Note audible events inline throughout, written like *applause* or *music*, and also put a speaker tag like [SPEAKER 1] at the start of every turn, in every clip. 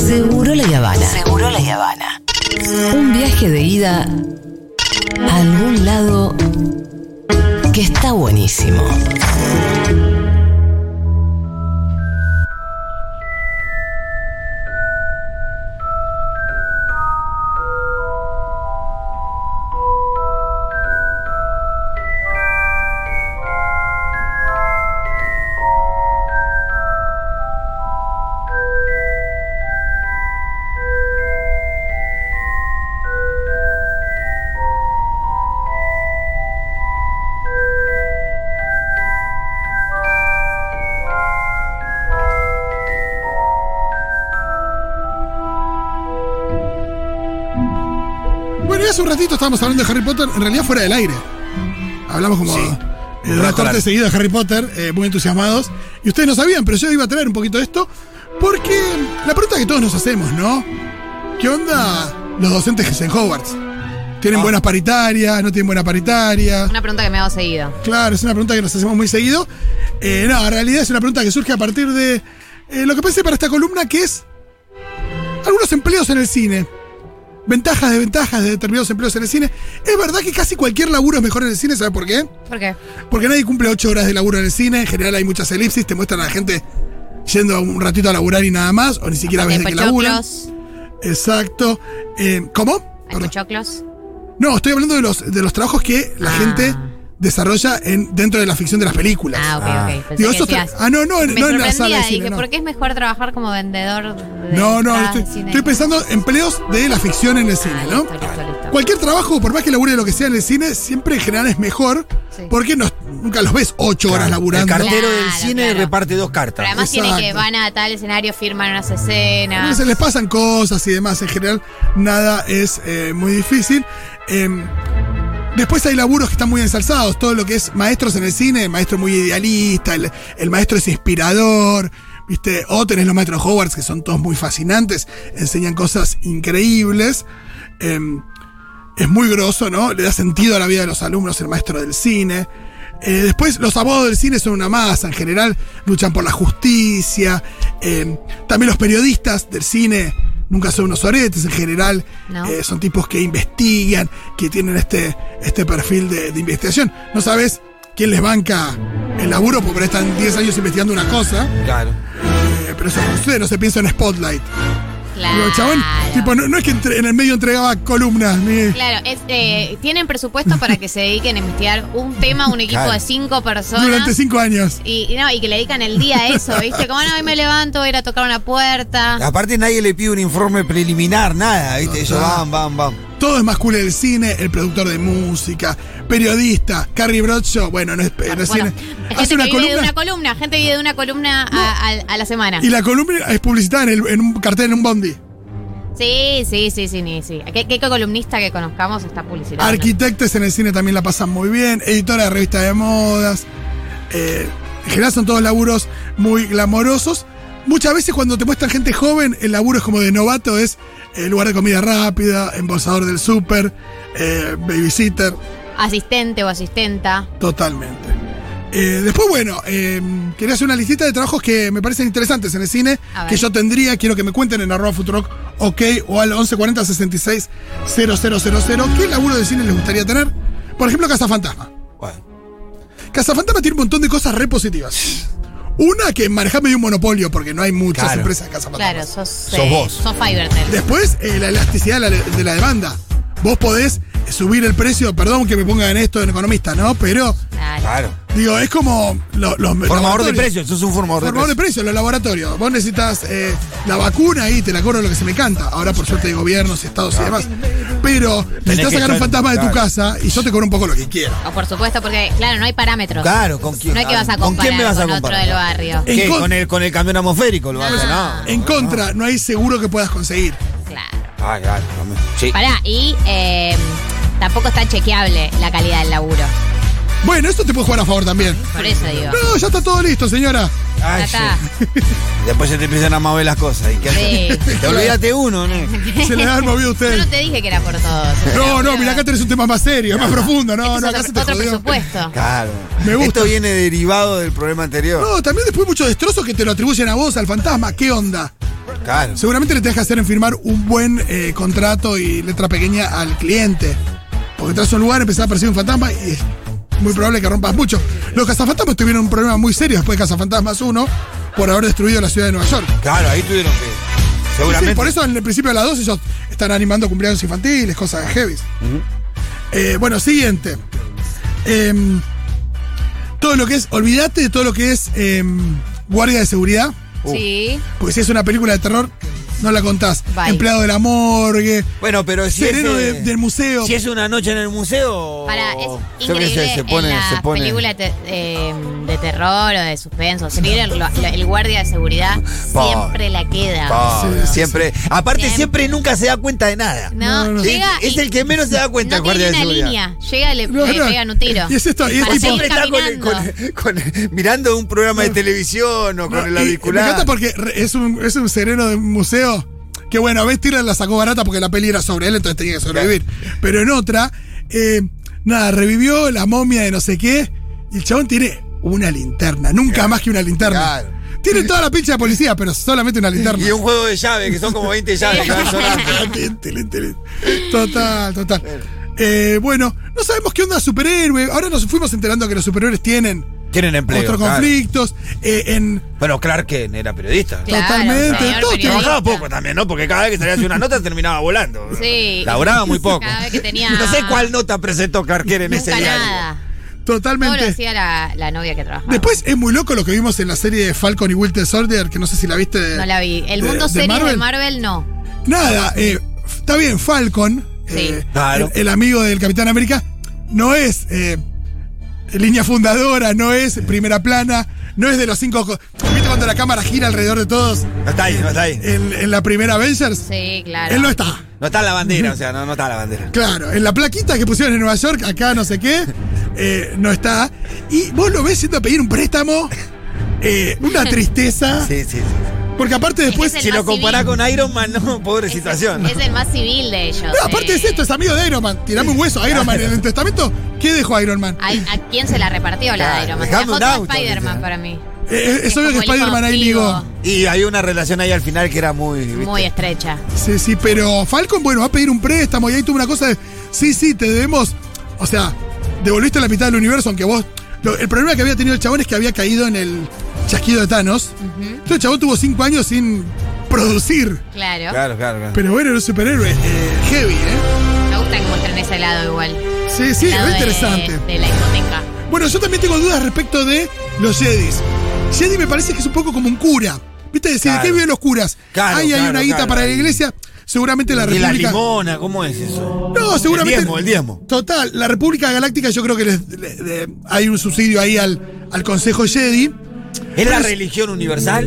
[SPEAKER 1] Seguro la Habana.
[SPEAKER 2] Seguro la Habana.
[SPEAKER 1] Un viaje de ida a algún lado que está buenísimo.
[SPEAKER 3] Bueno, y hace un ratito estábamos hablando de Harry Potter, en realidad fuera del aire. Hablamos como
[SPEAKER 4] Sí.
[SPEAKER 3] eh, una
[SPEAKER 4] Bajo
[SPEAKER 3] tarde
[SPEAKER 4] la-
[SPEAKER 3] seguida de Harry Potter, eh, muy entusiasmados. Y ustedes no sabían, pero yo iba a traer un poquito de esto, porque la pregunta que todos nos hacemos, ¿no? ¿Qué onda los docentes que en Hogwarts? ¿Tienen
[SPEAKER 4] Ah.
[SPEAKER 3] buenas paritarias? ¿No tienen buena paritaria?
[SPEAKER 5] Una pregunta que me hago seguido.
[SPEAKER 3] Claro, es una pregunta que nos hacemos muy seguido. Eh, no, en realidad es una pregunta que surge a partir de eh, lo que pensé para esta columna, que es algunos empleos en el cine. Ventajas, desventajas de determinados empleos en el cine. Es verdad que casi cualquier laburo es mejor en el cine, ¿sabes por qué?
[SPEAKER 5] ¿Por qué?
[SPEAKER 3] Porque nadie cumple ocho horas de laburo en el cine. En general hay muchas elipsis, te muestran a la gente yendo un ratito a laburar y nada más, o ni siquiera ves de
[SPEAKER 5] pues
[SPEAKER 3] que laburan.
[SPEAKER 5] pochoclos.
[SPEAKER 3] Exacto. Eh, ¿Cómo?
[SPEAKER 5] Hay
[SPEAKER 3] Perdón.
[SPEAKER 5] pochoclos.
[SPEAKER 3] No, estoy hablando de los, de los trabajos que la
[SPEAKER 5] Ah.
[SPEAKER 3] gente desarrolla en, dentro de la ficción de las películas.
[SPEAKER 5] Ah, ok,
[SPEAKER 4] Ah.
[SPEAKER 5] ok. Pensé
[SPEAKER 3] Digo,
[SPEAKER 5] que
[SPEAKER 3] eso
[SPEAKER 5] decías-
[SPEAKER 3] tra- ah, no, no,
[SPEAKER 5] me
[SPEAKER 3] no en la sala
[SPEAKER 5] sorprendía,
[SPEAKER 3] de cine.
[SPEAKER 5] dije,
[SPEAKER 3] no.
[SPEAKER 5] ¿por qué Ah, es mejor trabajar como vendedor de
[SPEAKER 3] No, no,
[SPEAKER 5] entradas de
[SPEAKER 3] estoy,
[SPEAKER 5] cine?
[SPEAKER 3] estoy pensando empleos de la ficción en el cine,
[SPEAKER 5] Ah,
[SPEAKER 3] ¿no?
[SPEAKER 5] listo, listo, listo.
[SPEAKER 3] Cualquier trabajo, por más que labure lo que sea en el cine, siempre en general es mejor,
[SPEAKER 5] Sí.
[SPEAKER 3] porque no- nunca los ves ocho horas
[SPEAKER 4] El
[SPEAKER 3] laburando.
[SPEAKER 4] cartero del
[SPEAKER 5] Claro,
[SPEAKER 4] cine
[SPEAKER 5] claro.
[SPEAKER 4] reparte dos cartas.
[SPEAKER 5] Pero además tiene que
[SPEAKER 3] Exacto.
[SPEAKER 5] van a tal escenario, firman unas escenas.
[SPEAKER 3] Se les pasan cosas y demás, en general nada es eh, muy difícil. Em, después hay laburos que están muy ensalzados, todo lo que es maestros en el cine, el maestro muy idealista, el, el maestro es inspirador, ¿viste? O tenés los maestros Hogwarts que son todos muy fascinantes, enseñan cosas increíbles. Em, es muy grosso, ¿no? Le da sentido a la vida de los alumnos el maestro del cine. Eh, después, los abogados del cine son una masa, en general luchan por la justicia. Eh, también los periodistas del cine nunca son unos oretes, en general
[SPEAKER 5] No.
[SPEAKER 3] eh, son tipos que investigan, que tienen este, este perfil de, de investigación. No sabes quién les banca el laburo, porque por ahí están 10 años investigando una cosa,
[SPEAKER 4] Claro.
[SPEAKER 3] eh, pero eso no sucede, no se piensa en Spotlight.
[SPEAKER 5] Claro.
[SPEAKER 3] Digo, chabón, tipo, no, no es que entre- en el medio entregaba columnas, ni...
[SPEAKER 5] Claro, es, eh, tienen presupuesto para que se dediquen a investigar un tema, un equipo
[SPEAKER 4] Claro.
[SPEAKER 5] de cinco personas.
[SPEAKER 3] durante 5 años.
[SPEAKER 5] y, y no, y que le dedican el día a eso, ¿viste? Como no, hoy me levanto, voy a ir a tocar una puerta.
[SPEAKER 4] Aparte nadie le pide un informe preliminar, nada, ¿viste? Ellos van, van, van.
[SPEAKER 3] Todo es más cool en el cine, el productor de música, periodista, Carrie Bradshaw, bueno, no es, no es
[SPEAKER 5] Bueno,
[SPEAKER 3] cine.
[SPEAKER 5] hay
[SPEAKER 3] Hace
[SPEAKER 5] gente
[SPEAKER 3] una
[SPEAKER 5] que vive de
[SPEAKER 3] columna
[SPEAKER 5] una columna, gente vive de una columna a, a- a la semana.
[SPEAKER 3] y la columna es publicitada en, el- en un cartel en un bondi.
[SPEAKER 5] Sí, sí, sí, sí, ni- sí. ¿Qué, qué columnista que conozcamos está publicitando?
[SPEAKER 3] Arquitectos en el cine también la pasan muy bien, editora de revista de modas. eh, en general son todos laburos muy glamorosos. Muchas veces cuando te muestran gente joven, el laburo es como de novato, es eh, lugar de comida rápida, embolsador del súper, eh, babysitter.
[SPEAKER 5] Asistente o asistenta.
[SPEAKER 3] Totalmente. Eh, después, bueno, eh, quería hacer una listita de trabajos que me parecen interesantes en el cine,
[SPEAKER 5] A ver.
[SPEAKER 3] que yo tendría, quiero que me cuenten en arroba futurock, ok, o al 1140 66 0000. ¿Qué laburo de cine les gustaría tener? Por ejemplo, Cazafantasma.
[SPEAKER 4] Bueno.
[SPEAKER 3] Cazafantasma tiene un montón de cosas repositivas. Una que manejás medio un monopolio, porque no hay muchas
[SPEAKER 4] Claro.
[SPEAKER 3] empresas de Cazafantasmas.
[SPEAKER 5] Claro, sos. eh,
[SPEAKER 4] Sos vos.
[SPEAKER 5] Sos Fivertel.
[SPEAKER 3] Después, eh, la elasticidad de la, de la demanda. Vos podés subir el precio, perdón que me pongan en esto en economista, ¿no? Pero,
[SPEAKER 5] Dale.
[SPEAKER 4] Claro.
[SPEAKER 3] digo, es como lo- los
[SPEAKER 4] Formador de
[SPEAKER 3] laboratorios.
[SPEAKER 4] precios, sos un formador,
[SPEAKER 3] Formador
[SPEAKER 4] de
[SPEAKER 3] de
[SPEAKER 4] precios.
[SPEAKER 3] precios, los laboratorios. Vos necesitas eh, la vacuna y te la cobro lo que se me canta. Ahora, por suerte, hay gobiernos, estados y demás. Pero necesitas
[SPEAKER 4] que
[SPEAKER 3] sacar un
[SPEAKER 4] estar-
[SPEAKER 3] fantasma de tu
[SPEAKER 4] claro.
[SPEAKER 3] casa y yo te cobro un poco lo que quiero.
[SPEAKER 5] O por supuesto, porque, claro, no hay parámetros.
[SPEAKER 4] Claro, ¿con quién?
[SPEAKER 5] No hay que vas a
[SPEAKER 4] ¿Con
[SPEAKER 5] comparar
[SPEAKER 4] quién
[SPEAKER 5] con,
[SPEAKER 4] me vas a
[SPEAKER 5] otro
[SPEAKER 4] comparar? Eh.
[SPEAKER 5] del barrio.
[SPEAKER 3] En
[SPEAKER 4] ¿Qué?
[SPEAKER 3] con-
[SPEAKER 4] Con el, con el camión atmosférico lo vas
[SPEAKER 5] Ah.
[SPEAKER 4] a
[SPEAKER 3] En contra, no hay seguro que puedas conseguir.
[SPEAKER 5] Claro.
[SPEAKER 4] Ah, claro. también. Sí.
[SPEAKER 5] Pará, y eh, tampoco está chequeable la calidad del laburo.
[SPEAKER 3] Bueno, esto te puede jugar a favor también.
[SPEAKER 5] Por eso digo.
[SPEAKER 3] No, ya está todo listo, señora.
[SPEAKER 4] Ay,
[SPEAKER 5] Ya está.
[SPEAKER 4] sí. Después se te empiezan a mover las cosas. ¿y qué haces?
[SPEAKER 5] Sí.
[SPEAKER 4] *laughs* Te olvidaste uno, ¿no?
[SPEAKER 5] *laughs*
[SPEAKER 3] Se le han movido a
[SPEAKER 5] Yo
[SPEAKER 3] usted.
[SPEAKER 5] no te dije que era por todos.
[SPEAKER 3] No, no, mira, acá tenés un tema más serio, más profundo. No, no,
[SPEAKER 5] Este
[SPEAKER 3] acá
[SPEAKER 5] es
[SPEAKER 3] se
[SPEAKER 5] otro,
[SPEAKER 3] te
[SPEAKER 5] otro
[SPEAKER 3] jodió.
[SPEAKER 5] presupuesto.
[SPEAKER 4] Claro.
[SPEAKER 3] Me gusta.
[SPEAKER 4] Esto viene derivado del problema anterior.
[SPEAKER 3] No, también después muchos destrozos que te lo atribuyen a vos, al fantasma. ¿Qué onda?
[SPEAKER 4] Claro.
[SPEAKER 3] Seguramente le tenés que hacer firmar un buen eh, contrato y letra pequeña al cliente. Porque entras a un lugar, empezás a percibir un fantasma y es muy probable que rompas mucho. Los cazafantasmas tuvieron un problema muy serio después de Cazafantasmas 1 por haber destruido la ciudad de Nueva York.
[SPEAKER 4] Claro, ahí tuvieron que.
[SPEAKER 3] Sí,
[SPEAKER 4] Seguramente.
[SPEAKER 3] por eso en el principio de las dos ellos están animando cumpleaños infantiles, cosas heavy. bueno, siguiente. Em, todo lo que es, olvídate de todo lo que es em, guardia de seguridad.
[SPEAKER 5] Sí.
[SPEAKER 3] Porque si Pues es una película de terror, no la contás.
[SPEAKER 5] Bye.
[SPEAKER 3] Empleado de la morgue,
[SPEAKER 4] Bueno, pero si es,
[SPEAKER 3] sereno
[SPEAKER 4] eh,
[SPEAKER 3] de- del museo.
[SPEAKER 4] Si es una noche en el museo.
[SPEAKER 5] Para, es
[SPEAKER 2] Yo qué sé,
[SPEAKER 5] increíble
[SPEAKER 2] se pone-
[SPEAKER 5] en las
[SPEAKER 2] se pone-
[SPEAKER 5] películas te- eh, de terror o de suspenso. Se mira el, lo- el guardia de seguridad
[SPEAKER 2] Pa.
[SPEAKER 5] siempre la queda.
[SPEAKER 2] Ah,
[SPEAKER 3] Sí, sí,
[SPEAKER 2] siempre. Aparte,
[SPEAKER 5] Siempre.
[SPEAKER 2] siempre. nunca se da cuenta de nada.
[SPEAKER 5] No,
[SPEAKER 3] No, no.
[SPEAKER 5] llega.
[SPEAKER 2] Es-
[SPEAKER 5] y-
[SPEAKER 2] es el que menos se da cuenta, el
[SPEAKER 5] No
[SPEAKER 2] guardia
[SPEAKER 5] tiene
[SPEAKER 2] de
[SPEAKER 5] una
[SPEAKER 2] seguridad.
[SPEAKER 5] línea. Llega, le,
[SPEAKER 3] No,
[SPEAKER 5] le
[SPEAKER 3] no.
[SPEAKER 5] pegan un tiro.
[SPEAKER 3] Y es esto, y es
[SPEAKER 5] Para
[SPEAKER 3] tipo-
[SPEAKER 5] seguir
[SPEAKER 2] Siempre está con el-
[SPEAKER 5] caminando.
[SPEAKER 2] con- con- mirando un programa de televisión o con
[SPEAKER 3] No,
[SPEAKER 2] el
[SPEAKER 3] y- Me
[SPEAKER 2] auricular.
[SPEAKER 3] encanta porque re- es un, es un sereno de un museo. Que bueno, a veces Tira la sacó barata porque la peli era sobre él, entonces tenía que sobrevivir. Pero en otra, eh, nada, revivió la momia de no sé qué. Y el chabón tiene una linterna, nunca más que una linterna.
[SPEAKER 2] Claro.
[SPEAKER 3] Tiene toda la pincha de policía, pero solamente una linterna.
[SPEAKER 2] *laughs* Y un juego de llaves, que son como 20 llaves que van sonando.
[SPEAKER 3] Tilín, tilín, tilín. Total, total. Eh, bueno, no sabemos qué onda superhéroe. Ahora nos fuimos enterando que los superhéroes tienen *laughs*
[SPEAKER 4] Tienen empleo.
[SPEAKER 3] otros
[SPEAKER 4] claro.
[SPEAKER 3] conflictos. eh, en,
[SPEAKER 4] Bueno, Clark Kent era periodista.
[SPEAKER 5] Claro,
[SPEAKER 3] Totalmente.
[SPEAKER 5] señor
[SPEAKER 3] Todo
[SPEAKER 5] periodista.
[SPEAKER 4] Trabajaba poco también, ¿no? Porque cada vez que salía a hacer una nota terminaba volando.
[SPEAKER 5] Sí.
[SPEAKER 4] Laboraba
[SPEAKER 5] *laughs*
[SPEAKER 4] muy poco.
[SPEAKER 5] Cada vez que tenía-
[SPEAKER 4] No sé cuál nota presentó Clark Kent en ese
[SPEAKER 5] Nunca
[SPEAKER 4] diario.
[SPEAKER 5] nada. Todo lo
[SPEAKER 3] totalmente.
[SPEAKER 5] hacía la, la novia que trabajaba.
[SPEAKER 3] Después es muy loco lo que vimos en la serie de Falcon y Winter Soldier, que no sé si la viste. de-
[SPEAKER 5] no la vi. El
[SPEAKER 3] de-
[SPEAKER 5] mundo
[SPEAKER 3] de
[SPEAKER 5] series de
[SPEAKER 3] Marvel.
[SPEAKER 5] Marvel no.
[SPEAKER 3] Nada, eh, f- está bien, Falcon,
[SPEAKER 5] Sí.
[SPEAKER 3] eh,
[SPEAKER 4] Claro.
[SPEAKER 3] el, el amigo del Capitán América, no es eh, línea fundadora, no es primera plana, no es de los cinco... co- ¿Viste cuando la cámara gira alrededor de todos
[SPEAKER 4] No está ahí, no está ahí.
[SPEAKER 3] en, en la primera Avengers?
[SPEAKER 5] Sí, claro.
[SPEAKER 3] Él no está.
[SPEAKER 4] No está la bandera, o sea, no, no está la bandera.
[SPEAKER 3] Claro, en la plaquita que pusieron en Nueva York, acá no sé qué, eh, no está. Y vos lo ves yendo a pedir un préstamo, eh,
[SPEAKER 5] *laughs*
[SPEAKER 3] una tristeza,
[SPEAKER 4] Sí, sí. sí.
[SPEAKER 3] porque aparte después...
[SPEAKER 5] Es el
[SPEAKER 4] Si lo
[SPEAKER 5] más
[SPEAKER 4] comparás
[SPEAKER 5] civil.
[SPEAKER 4] con Iron Man, no, pobre
[SPEAKER 5] Es-
[SPEAKER 4] situación.
[SPEAKER 5] Es el más civil de ellos.
[SPEAKER 3] No, aparte
[SPEAKER 5] eh.
[SPEAKER 3] es esto, es amigo de Iron Man. Tirame un hueso, Iron Man. En el testamento, ¿qué dejó Iron Man?
[SPEAKER 5] ¿A, a quién se la repartió la
[SPEAKER 4] Claro,
[SPEAKER 5] de Iron Man?
[SPEAKER 4] dejame
[SPEAKER 5] La
[SPEAKER 4] un
[SPEAKER 5] foto de
[SPEAKER 4] auto,
[SPEAKER 5] Spider-Man
[SPEAKER 4] dice.
[SPEAKER 5] para mí.
[SPEAKER 3] Eh, es obvio que
[SPEAKER 5] como el
[SPEAKER 3] Spider-Man ahí
[SPEAKER 5] hijo
[SPEAKER 3] ligó.
[SPEAKER 5] adoptivo,
[SPEAKER 4] Y hay una relación ahí al final que era muy. ¿viste?
[SPEAKER 5] Muy estrecha.
[SPEAKER 3] Sí, sí, pero Falcon, bueno, va a pedir un préstamo y ahí tuvo una cosa de. Sí, sí, te debemos. O sea, devolviste la mitad del universo, aunque vos. lo- el problema que había tenido el chabón es que había caído en el chasquido de Thanos. Entonces el chabón tuvo cinco años sin producir.
[SPEAKER 5] Claro.
[SPEAKER 4] Claro, claro, claro.
[SPEAKER 3] Pero bueno, era un superhéroe eh, heavy, ¿eh?
[SPEAKER 5] Me gusta que muestren ese lado igual.
[SPEAKER 3] Sí, sí,
[SPEAKER 5] lado
[SPEAKER 3] era
[SPEAKER 5] de- este.
[SPEAKER 3] interesante.
[SPEAKER 5] De, la hipoteca.
[SPEAKER 3] Bueno, yo también tengo dudas respecto de los Jedis. Jedi me parece que es un poco como un cura. ¿Viste? Decir,
[SPEAKER 4] Claro.
[SPEAKER 3] ¿de qué viven los curas?
[SPEAKER 4] Claro,
[SPEAKER 3] Ahí hay
[SPEAKER 4] claro,
[SPEAKER 3] una guita
[SPEAKER 4] claro.
[SPEAKER 3] para la iglesia. Seguramente la
[SPEAKER 4] y la
[SPEAKER 3] República.
[SPEAKER 4] limona, ¿cómo es eso?
[SPEAKER 3] no, seguramente.
[SPEAKER 4] El diezmo, el diezmo.
[SPEAKER 3] Total, la República Galáctica yo creo que les- le- le- hay un subsidio ahí al, al Consejo Jedi.
[SPEAKER 4] ¿Es la
[SPEAKER 3] Pero es-
[SPEAKER 4] religión universal?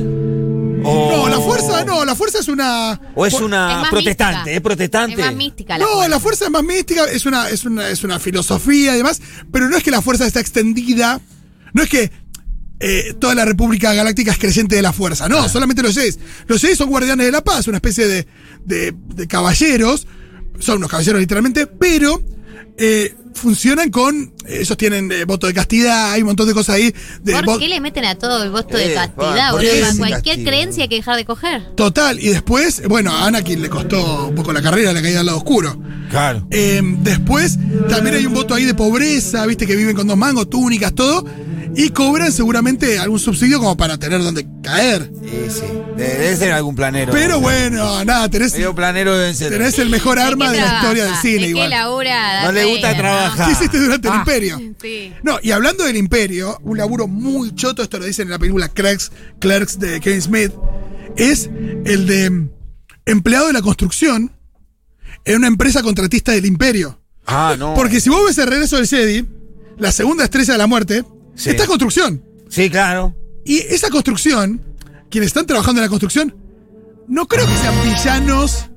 [SPEAKER 4] O-
[SPEAKER 3] Pues- No, la fuerza, no, la fuerza es una.
[SPEAKER 4] O es
[SPEAKER 5] Es
[SPEAKER 4] una
[SPEAKER 5] más
[SPEAKER 4] protestante,
[SPEAKER 5] mística.
[SPEAKER 4] es protestante.
[SPEAKER 5] Es más mística la
[SPEAKER 3] No,
[SPEAKER 5] cosa.
[SPEAKER 3] la fuerza es más mística, es una, es una, es una filosofía y demás, pero no es que la fuerza está extendida, no es que eh, toda la República Galáctica es creyente de la fuerza, no, solamente los Jedi. Los Jedi son guardianes de la paz, una especie de, de- de caballeros, son unos caballeros literalmente, pero eh, funcionan con, ellos tienen eh, voto de castidad, hay un montón de cosas ahí. De,
[SPEAKER 5] ¿Por
[SPEAKER 3] vo-
[SPEAKER 5] qué le meten a todo el voto de
[SPEAKER 4] Eh,
[SPEAKER 5] castidad,
[SPEAKER 4] ¿por
[SPEAKER 5] boludo?
[SPEAKER 4] qué
[SPEAKER 5] A
[SPEAKER 4] ese
[SPEAKER 5] cualquier
[SPEAKER 4] castigo?
[SPEAKER 5] creencia hay que dejar de coger.
[SPEAKER 3] Total, y después, bueno, a Anakin le costó un poco la carrera, la caída al lado oscuro.
[SPEAKER 4] Claro.
[SPEAKER 3] Eh, después también hay un voto ahí de pobreza, viste que viven con dos mangos, túnicas, todo, y cobran seguramente algún subsidio como para tener donde caer.
[SPEAKER 4] Sí, sí. De- Debe ser algún planero.
[SPEAKER 3] Pero bueno, nada, tenés,
[SPEAKER 4] Medio planero deben ser.
[SPEAKER 3] tenés el mejor arma de Ah. la historia del cine
[SPEAKER 5] igual.
[SPEAKER 3] igual.
[SPEAKER 4] No le gusta trabajar.
[SPEAKER 3] ¿Qué hiciste durante el imperio?
[SPEAKER 5] Sí.
[SPEAKER 3] No, y hablando del imperio, un laburo muy choto, esto lo dicen en la película Clerks, Clerks de Kevin Smith, es el de mm, empleado de la construcción en una empresa contratista del imperio.
[SPEAKER 4] Ah, no.
[SPEAKER 3] Porque si vos ves el regreso del Jedi, la segunda estrella de la muerte,
[SPEAKER 4] Sí.
[SPEAKER 3] está en construcción.
[SPEAKER 4] Sí, claro.
[SPEAKER 3] Y esa construcción, quienes están trabajando en la construcción, no creo que sean villanos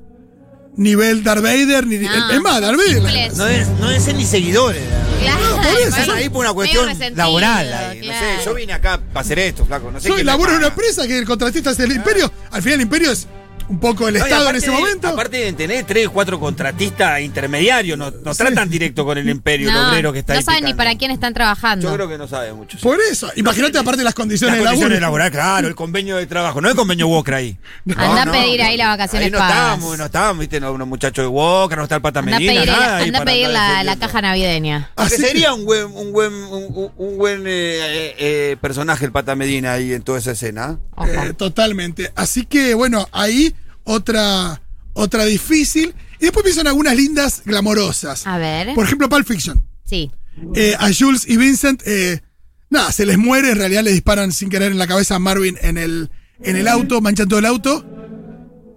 [SPEAKER 3] nivel Darth Vader, ni,
[SPEAKER 5] No,
[SPEAKER 3] es más, Darth Vader.
[SPEAKER 5] simples.
[SPEAKER 4] No es, no deben ser ni seguidores.
[SPEAKER 5] Claro,
[SPEAKER 3] por eso,
[SPEAKER 5] bueno,
[SPEAKER 4] Están ahí por una
[SPEAKER 5] medio
[SPEAKER 4] cuestión
[SPEAKER 5] resentido,
[SPEAKER 4] laboral. ahí. No
[SPEAKER 5] claro.
[SPEAKER 4] sé, yo vine acá para hacer esto, flaco. No sé
[SPEAKER 3] Soy
[SPEAKER 4] quién me
[SPEAKER 3] laburo en una
[SPEAKER 4] paga.
[SPEAKER 3] empresa que el contratista es el imperio. Al final el imperio es un poco el
[SPEAKER 4] No, y
[SPEAKER 3] Estado en
[SPEAKER 4] aparte
[SPEAKER 3] ese
[SPEAKER 4] de-
[SPEAKER 3] momento.
[SPEAKER 4] Aparte deben tener tres, cuatro contratistas intermediarios. No, no tratan directo con el imperio, el obrero que está
[SPEAKER 5] no
[SPEAKER 4] ahí
[SPEAKER 5] saben ni
[SPEAKER 4] picando.
[SPEAKER 5] para quién están trabajando.
[SPEAKER 4] Yo creo que no sabe mucho. sí.
[SPEAKER 3] Por eso, imagínate aparte las
[SPEAKER 4] Las
[SPEAKER 3] condiciones de laburo.
[SPEAKER 4] condiciones laborales, claro, el convenio de trabajo. No hay convenio Walker ahí.
[SPEAKER 5] Andá
[SPEAKER 4] No,
[SPEAKER 5] a pedir
[SPEAKER 4] no,
[SPEAKER 5] ahí las vacaciones
[SPEAKER 4] Ahí no
[SPEAKER 5] pagas.
[SPEAKER 4] estábamos, no estábamos, viste, no, unos muchachos de Walker, no está el Pata
[SPEAKER 5] Andá a
[SPEAKER 4] Medina,
[SPEAKER 5] pedir,
[SPEAKER 4] nada. ahí
[SPEAKER 5] andá a
[SPEAKER 4] para
[SPEAKER 5] pedir
[SPEAKER 4] andar
[SPEAKER 5] la, la
[SPEAKER 4] defendiendo.
[SPEAKER 5] caja navideña.
[SPEAKER 4] Aunque
[SPEAKER 3] Así que-
[SPEAKER 4] sería un buen, un buen, un, un buen eh, eh, eh, personaje el Pata Medina ahí en toda esa escena. ¿eh?
[SPEAKER 5] Ojo.
[SPEAKER 3] Eh, totalmente. Así que bueno, ahí otra, otra difícil. Y después empiezan algunas lindas glamorosas.
[SPEAKER 5] A ver.
[SPEAKER 3] Por ejemplo, Pulp Fiction.
[SPEAKER 5] Sí.
[SPEAKER 3] Eh, a Jules y Vincent, eh, nada, se les muere. En realidad le disparan sin querer en la cabeza a Marvin en el, en el auto, manchan todo el auto.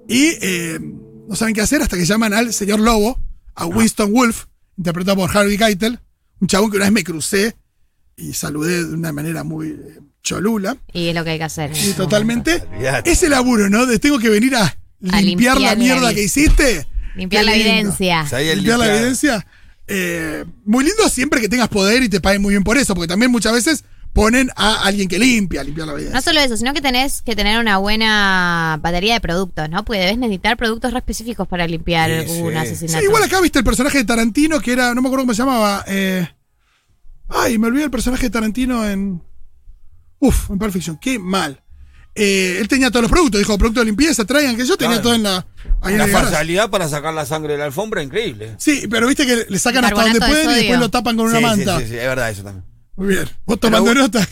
[SPEAKER 3] Y eh, no saben qué hacer hasta que llaman al señor Lobo,
[SPEAKER 5] Ah.
[SPEAKER 3] a Winston Wolf, interpretado por Harvey Keitel, un chabón que una vez me crucé y saludé de una manera muy eh, cholula.
[SPEAKER 5] Y es lo que hay que hacer. en
[SPEAKER 3] Sí,
[SPEAKER 5] ese
[SPEAKER 3] totalmente.
[SPEAKER 4] Olvídate.
[SPEAKER 3] Ese laburo, ¿no? De tengo que venir a limpiar, la
[SPEAKER 5] limpiar la
[SPEAKER 3] mierda
[SPEAKER 5] li-
[SPEAKER 3] que hiciste.
[SPEAKER 5] momento. Limpiar
[SPEAKER 3] Qué
[SPEAKER 5] la
[SPEAKER 3] lindo.
[SPEAKER 5] evidencia.
[SPEAKER 4] Ahí el
[SPEAKER 3] Limpiar la
[SPEAKER 4] limpiado.
[SPEAKER 3] evidencia. Eh, muy lindo siempre que tengas poder y te paguen muy bien por eso, porque también muchas veces ponen a alguien que limpia, a limpiar la evidencia.
[SPEAKER 5] No solo eso, sino que tenés que tener una buena batería de productos, ¿no? Porque debes necesitar productos re específicos para limpiar
[SPEAKER 4] Sí,
[SPEAKER 5] un
[SPEAKER 4] sí.
[SPEAKER 5] asesinato.
[SPEAKER 3] Sí, igual acá viste el personaje de Tarantino que era, no me acuerdo cómo se llamaba. eh, ay, me olvidé el personaje de Tarantino en. Uf, en Pulp Fiction, qué mal. Eh, él tenía todos los productos, dijo producto de limpieza, traigan, que yo tenía
[SPEAKER 4] Claro.
[SPEAKER 3] todo en la. ahí en
[SPEAKER 4] La
[SPEAKER 3] el garaje.
[SPEAKER 4] facilidad para sacar la sangre de la alfombra, increíble.
[SPEAKER 3] Sí, pero viste que le sacan hasta donde
[SPEAKER 5] Bicarbonato de
[SPEAKER 3] pueden y después
[SPEAKER 5] sodio.
[SPEAKER 3] lo tapan con una
[SPEAKER 4] Sí, sí,
[SPEAKER 3] manta.
[SPEAKER 4] Sí, sí, es verdad eso también. *laughs*
[SPEAKER 3] Muy bien. Vos tomando
[SPEAKER 4] Pero-
[SPEAKER 3] nota.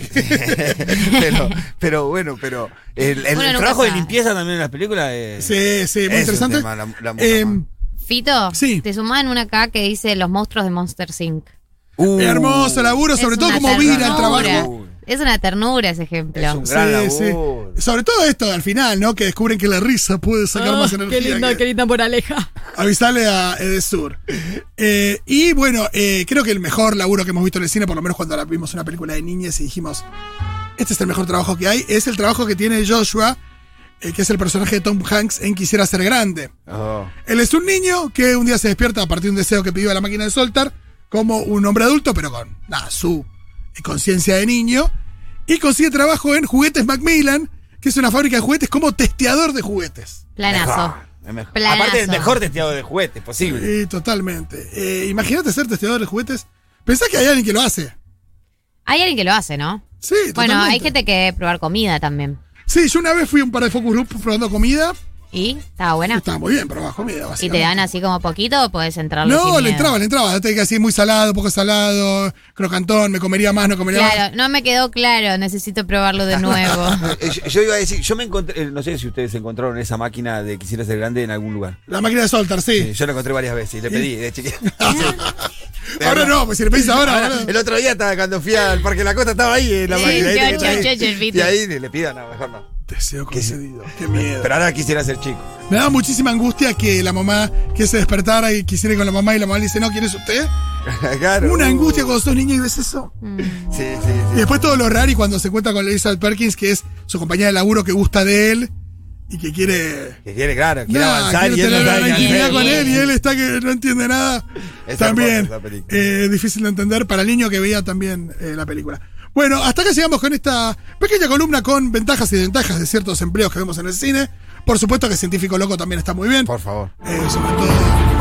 [SPEAKER 3] *laughs*
[SPEAKER 4] pero, pero bueno, pero el, el
[SPEAKER 5] Uno nunca
[SPEAKER 4] trabajo de
[SPEAKER 5] sabe.
[SPEAKER 4] limpieza también en las películas es...
[SPEAKER 3] sí, sí, muy
[SPEAKER 4] Es
[SPEAKER 3] interesante.
[SPEAKER 4] un tema, la- la mujer
[SPEAKER 3] Eh,
[SPEAKER 4] más.
[SPEAKER 5] Fito,
[SPEAKER 3] Sí.
[SPEAKER 5] te suman una acá que dice los monstruos de Monster Inc.
[SPEAKER 4] Uh,
[SPEAKER 3] hermoso laburo, sobre
[SPEAKER 5] Es
[SPEAKER 3] todo
[SPEAKER 5] una
[SPEAKER 3] como vira el
[SPEAKER 5] ternura.
[SPEAKER 3] trabajo.
[SPEAKER 5] Es una ternura ese
[SPEAKER 4] Es
[SPEAKER 5] ejemplo.
[SPEAKER 4] un gran
[SPEAKER 3] Sí,
[SPEAKER 4] labor.
[SPEAKER 3] sí. Sobre todo esto al final, ¿no? Que descubren que la risa puede sacar más energía.
[SPEAKER 6] Ah, Qué linda,
[SPEAKER 3] que-
[SPEAKER 6] qué linda moraleja.
[SPEAKER 3] Avisale a Edesur. Eh, y bueno, eh, creo que el mejor laburo que hemos visto en el cine, por lo menos cuando la vimos una película de niñas y dijimos, este es el mejor trabajo que hay, es el trabajo que tiene Joshua, eh, que es el personaje de Tom Hanks en Quisiera ser grande.
[SPEAKER 4] Oh.
[SPEAKER 3] Él es un niño que un día se despierta a partir de un deseo que pidió a la máquina de soltar, como un hombre adulto, pero con nada, su eh, conciencia de niño, y consigue trabajo en Juguetes Macmillan, que es una fábrica de juguetes como testeador de juguetes.
[SPEAKER 5] Planazo.
[SPEAKER 4] Ah, es mejor.
[SPEAKER 5] Planazo.
[SPEAKER 4] Aparte, el mejor testeado de juguetes posible.
[SPEAKER 3] Sí, totalmente. Eh, Imagínate ser testeador de juguetes. Pensá que hay alguien que lo hace.
[SPEAKER 5] Hay alguien que lo hace, ¿no?
[SPEAKER 3] Sí,
[SPEAKER 5] Bueno,
[SPEAKER 3] Eh, totalmente.
[SPEAKER 5] hay gente que debe probar comida también.
[SPEAKER 3] Sí, yo una vez fui a un par de focus group probando comida.
[SPEAKER 5] ¿Y? ¿Estaba buena?
[SPEAKER 3] Estaba muy bien probar comida,
[SPEAKER 5] Ah. ¿Y te
[SPEAKER 3] básicamente.
[SPEAKER 5] dan así como poquito o podés entrarle sin
[SPEAKER 3] No,
[SPEAKER 5] miedo?
[SPEAKER 3] le entraba, le entraba. Te que así muy salado, poco salado, crocantón, me comería más, no comería más.
[SPEAKER 5] Claro, no me quedó claro, necesito
[SPEAKER 3] *laughs*
[SPEAKER 5] probarlo de nuevo.
[SPEAKER 4] Eh, Yo, yo iba a decir, yo me encontré, eh, no sé si ustedes encontraron esa máquina de quisiera ser grande en algún lugar.
[SPEAKER 3] La máquina de soltar,
[SPEAKER 4] Eh,
[SPEAKER 3] sí.
[SPEAKER 4] Yo la encontré varias veces y le pedí de chiquita.
[SPEAKER 3] *laughs* ahora no, pues si le pedís ahora,
[SPEAKER 4] Ahora,
[SPEAKER 3] boludo.
[SPEAKER 4] *laughs* el otro día estaba, cuando fui al Parque de la Costa, estaba ahí en la
[SPEAKER 5] Sí,
[SPEAKER 4] máquina. ¿viste?
[SPEAKER 5] chao,
[SPEAKER 4] Que está
[SPEAKER 5] chao,
[SPEAKER 4] ahí.
[SPEAKER 5] chao, chao,
[SPEAKER 4] y
[SPEAKER 5] Fito.
[SPEAKER 4] ahí le, le pido, no, mejor no.
[SPEAKER 3] Deseo concedido. Qué miedo.
[SPEAKER 4] Pero ahora quisiera ser chico. *laughs*
[SPEAKER 3] Me daba muchísima angustia que la mamá que se despertara y quisiera ir con la mamá y la mamá le dice, no, ¿quién es usted?
[SPEAKER 4] Claro. uh.
[SPEAKER 3] Una angustia Eh, cuando sos niño y ves eso.
[SPEAKER 5] Mm.
[SPEAKER 4] Sí, sí, sí.
[SPEAKER 3] Y después todo lo raro y cuando se cuenta con Elizabeth Perkins, que es su compañera de laburo que gusta de él y que quiere.
[SPEAKER 4] Que quiere, claro, quiere
[SPEAKER 3] Nada,
[SPEAKER 4] avanzar y
[SPEAKER 3] quiere
[SPEAKER 4] él no
[SPEAKER 3] tener
[SPEAKER 4] sabe
[SPEAKER 3] la
[SPEAKER 4] qué
[SPEAKER 3] tranquilidad
[SPEAKER 4] hacer.
[SPEAKER 3] con él y él está que no entiende nada.
[SPEAKER 4] Es
[SPEAKER 3] también
[SPEAKER 4] hermosa esa película.
[SPEAKER 3] eh, difícil de entender para el niño que veía también eh, la película. Bueno, hasta acá llegamos con esta pequeña columna con ventajas y desventajas de ciertos empleos que vemos en el cine. Por supuesto que Científico Loco también está muy bien.
[SPEAKER 4] Por favor.
[SPEAKER 3] Eh, sobre todo,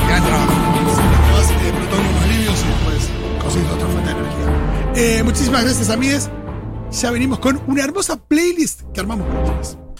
[SPEAKER 3] gran trabajo. Vas, eh, brotando unos alivios y después conseguís otra fuente de energía. Eh, muchísimas gracias, amigues. Ya venimos con una hermosa playlist que armamos juntos.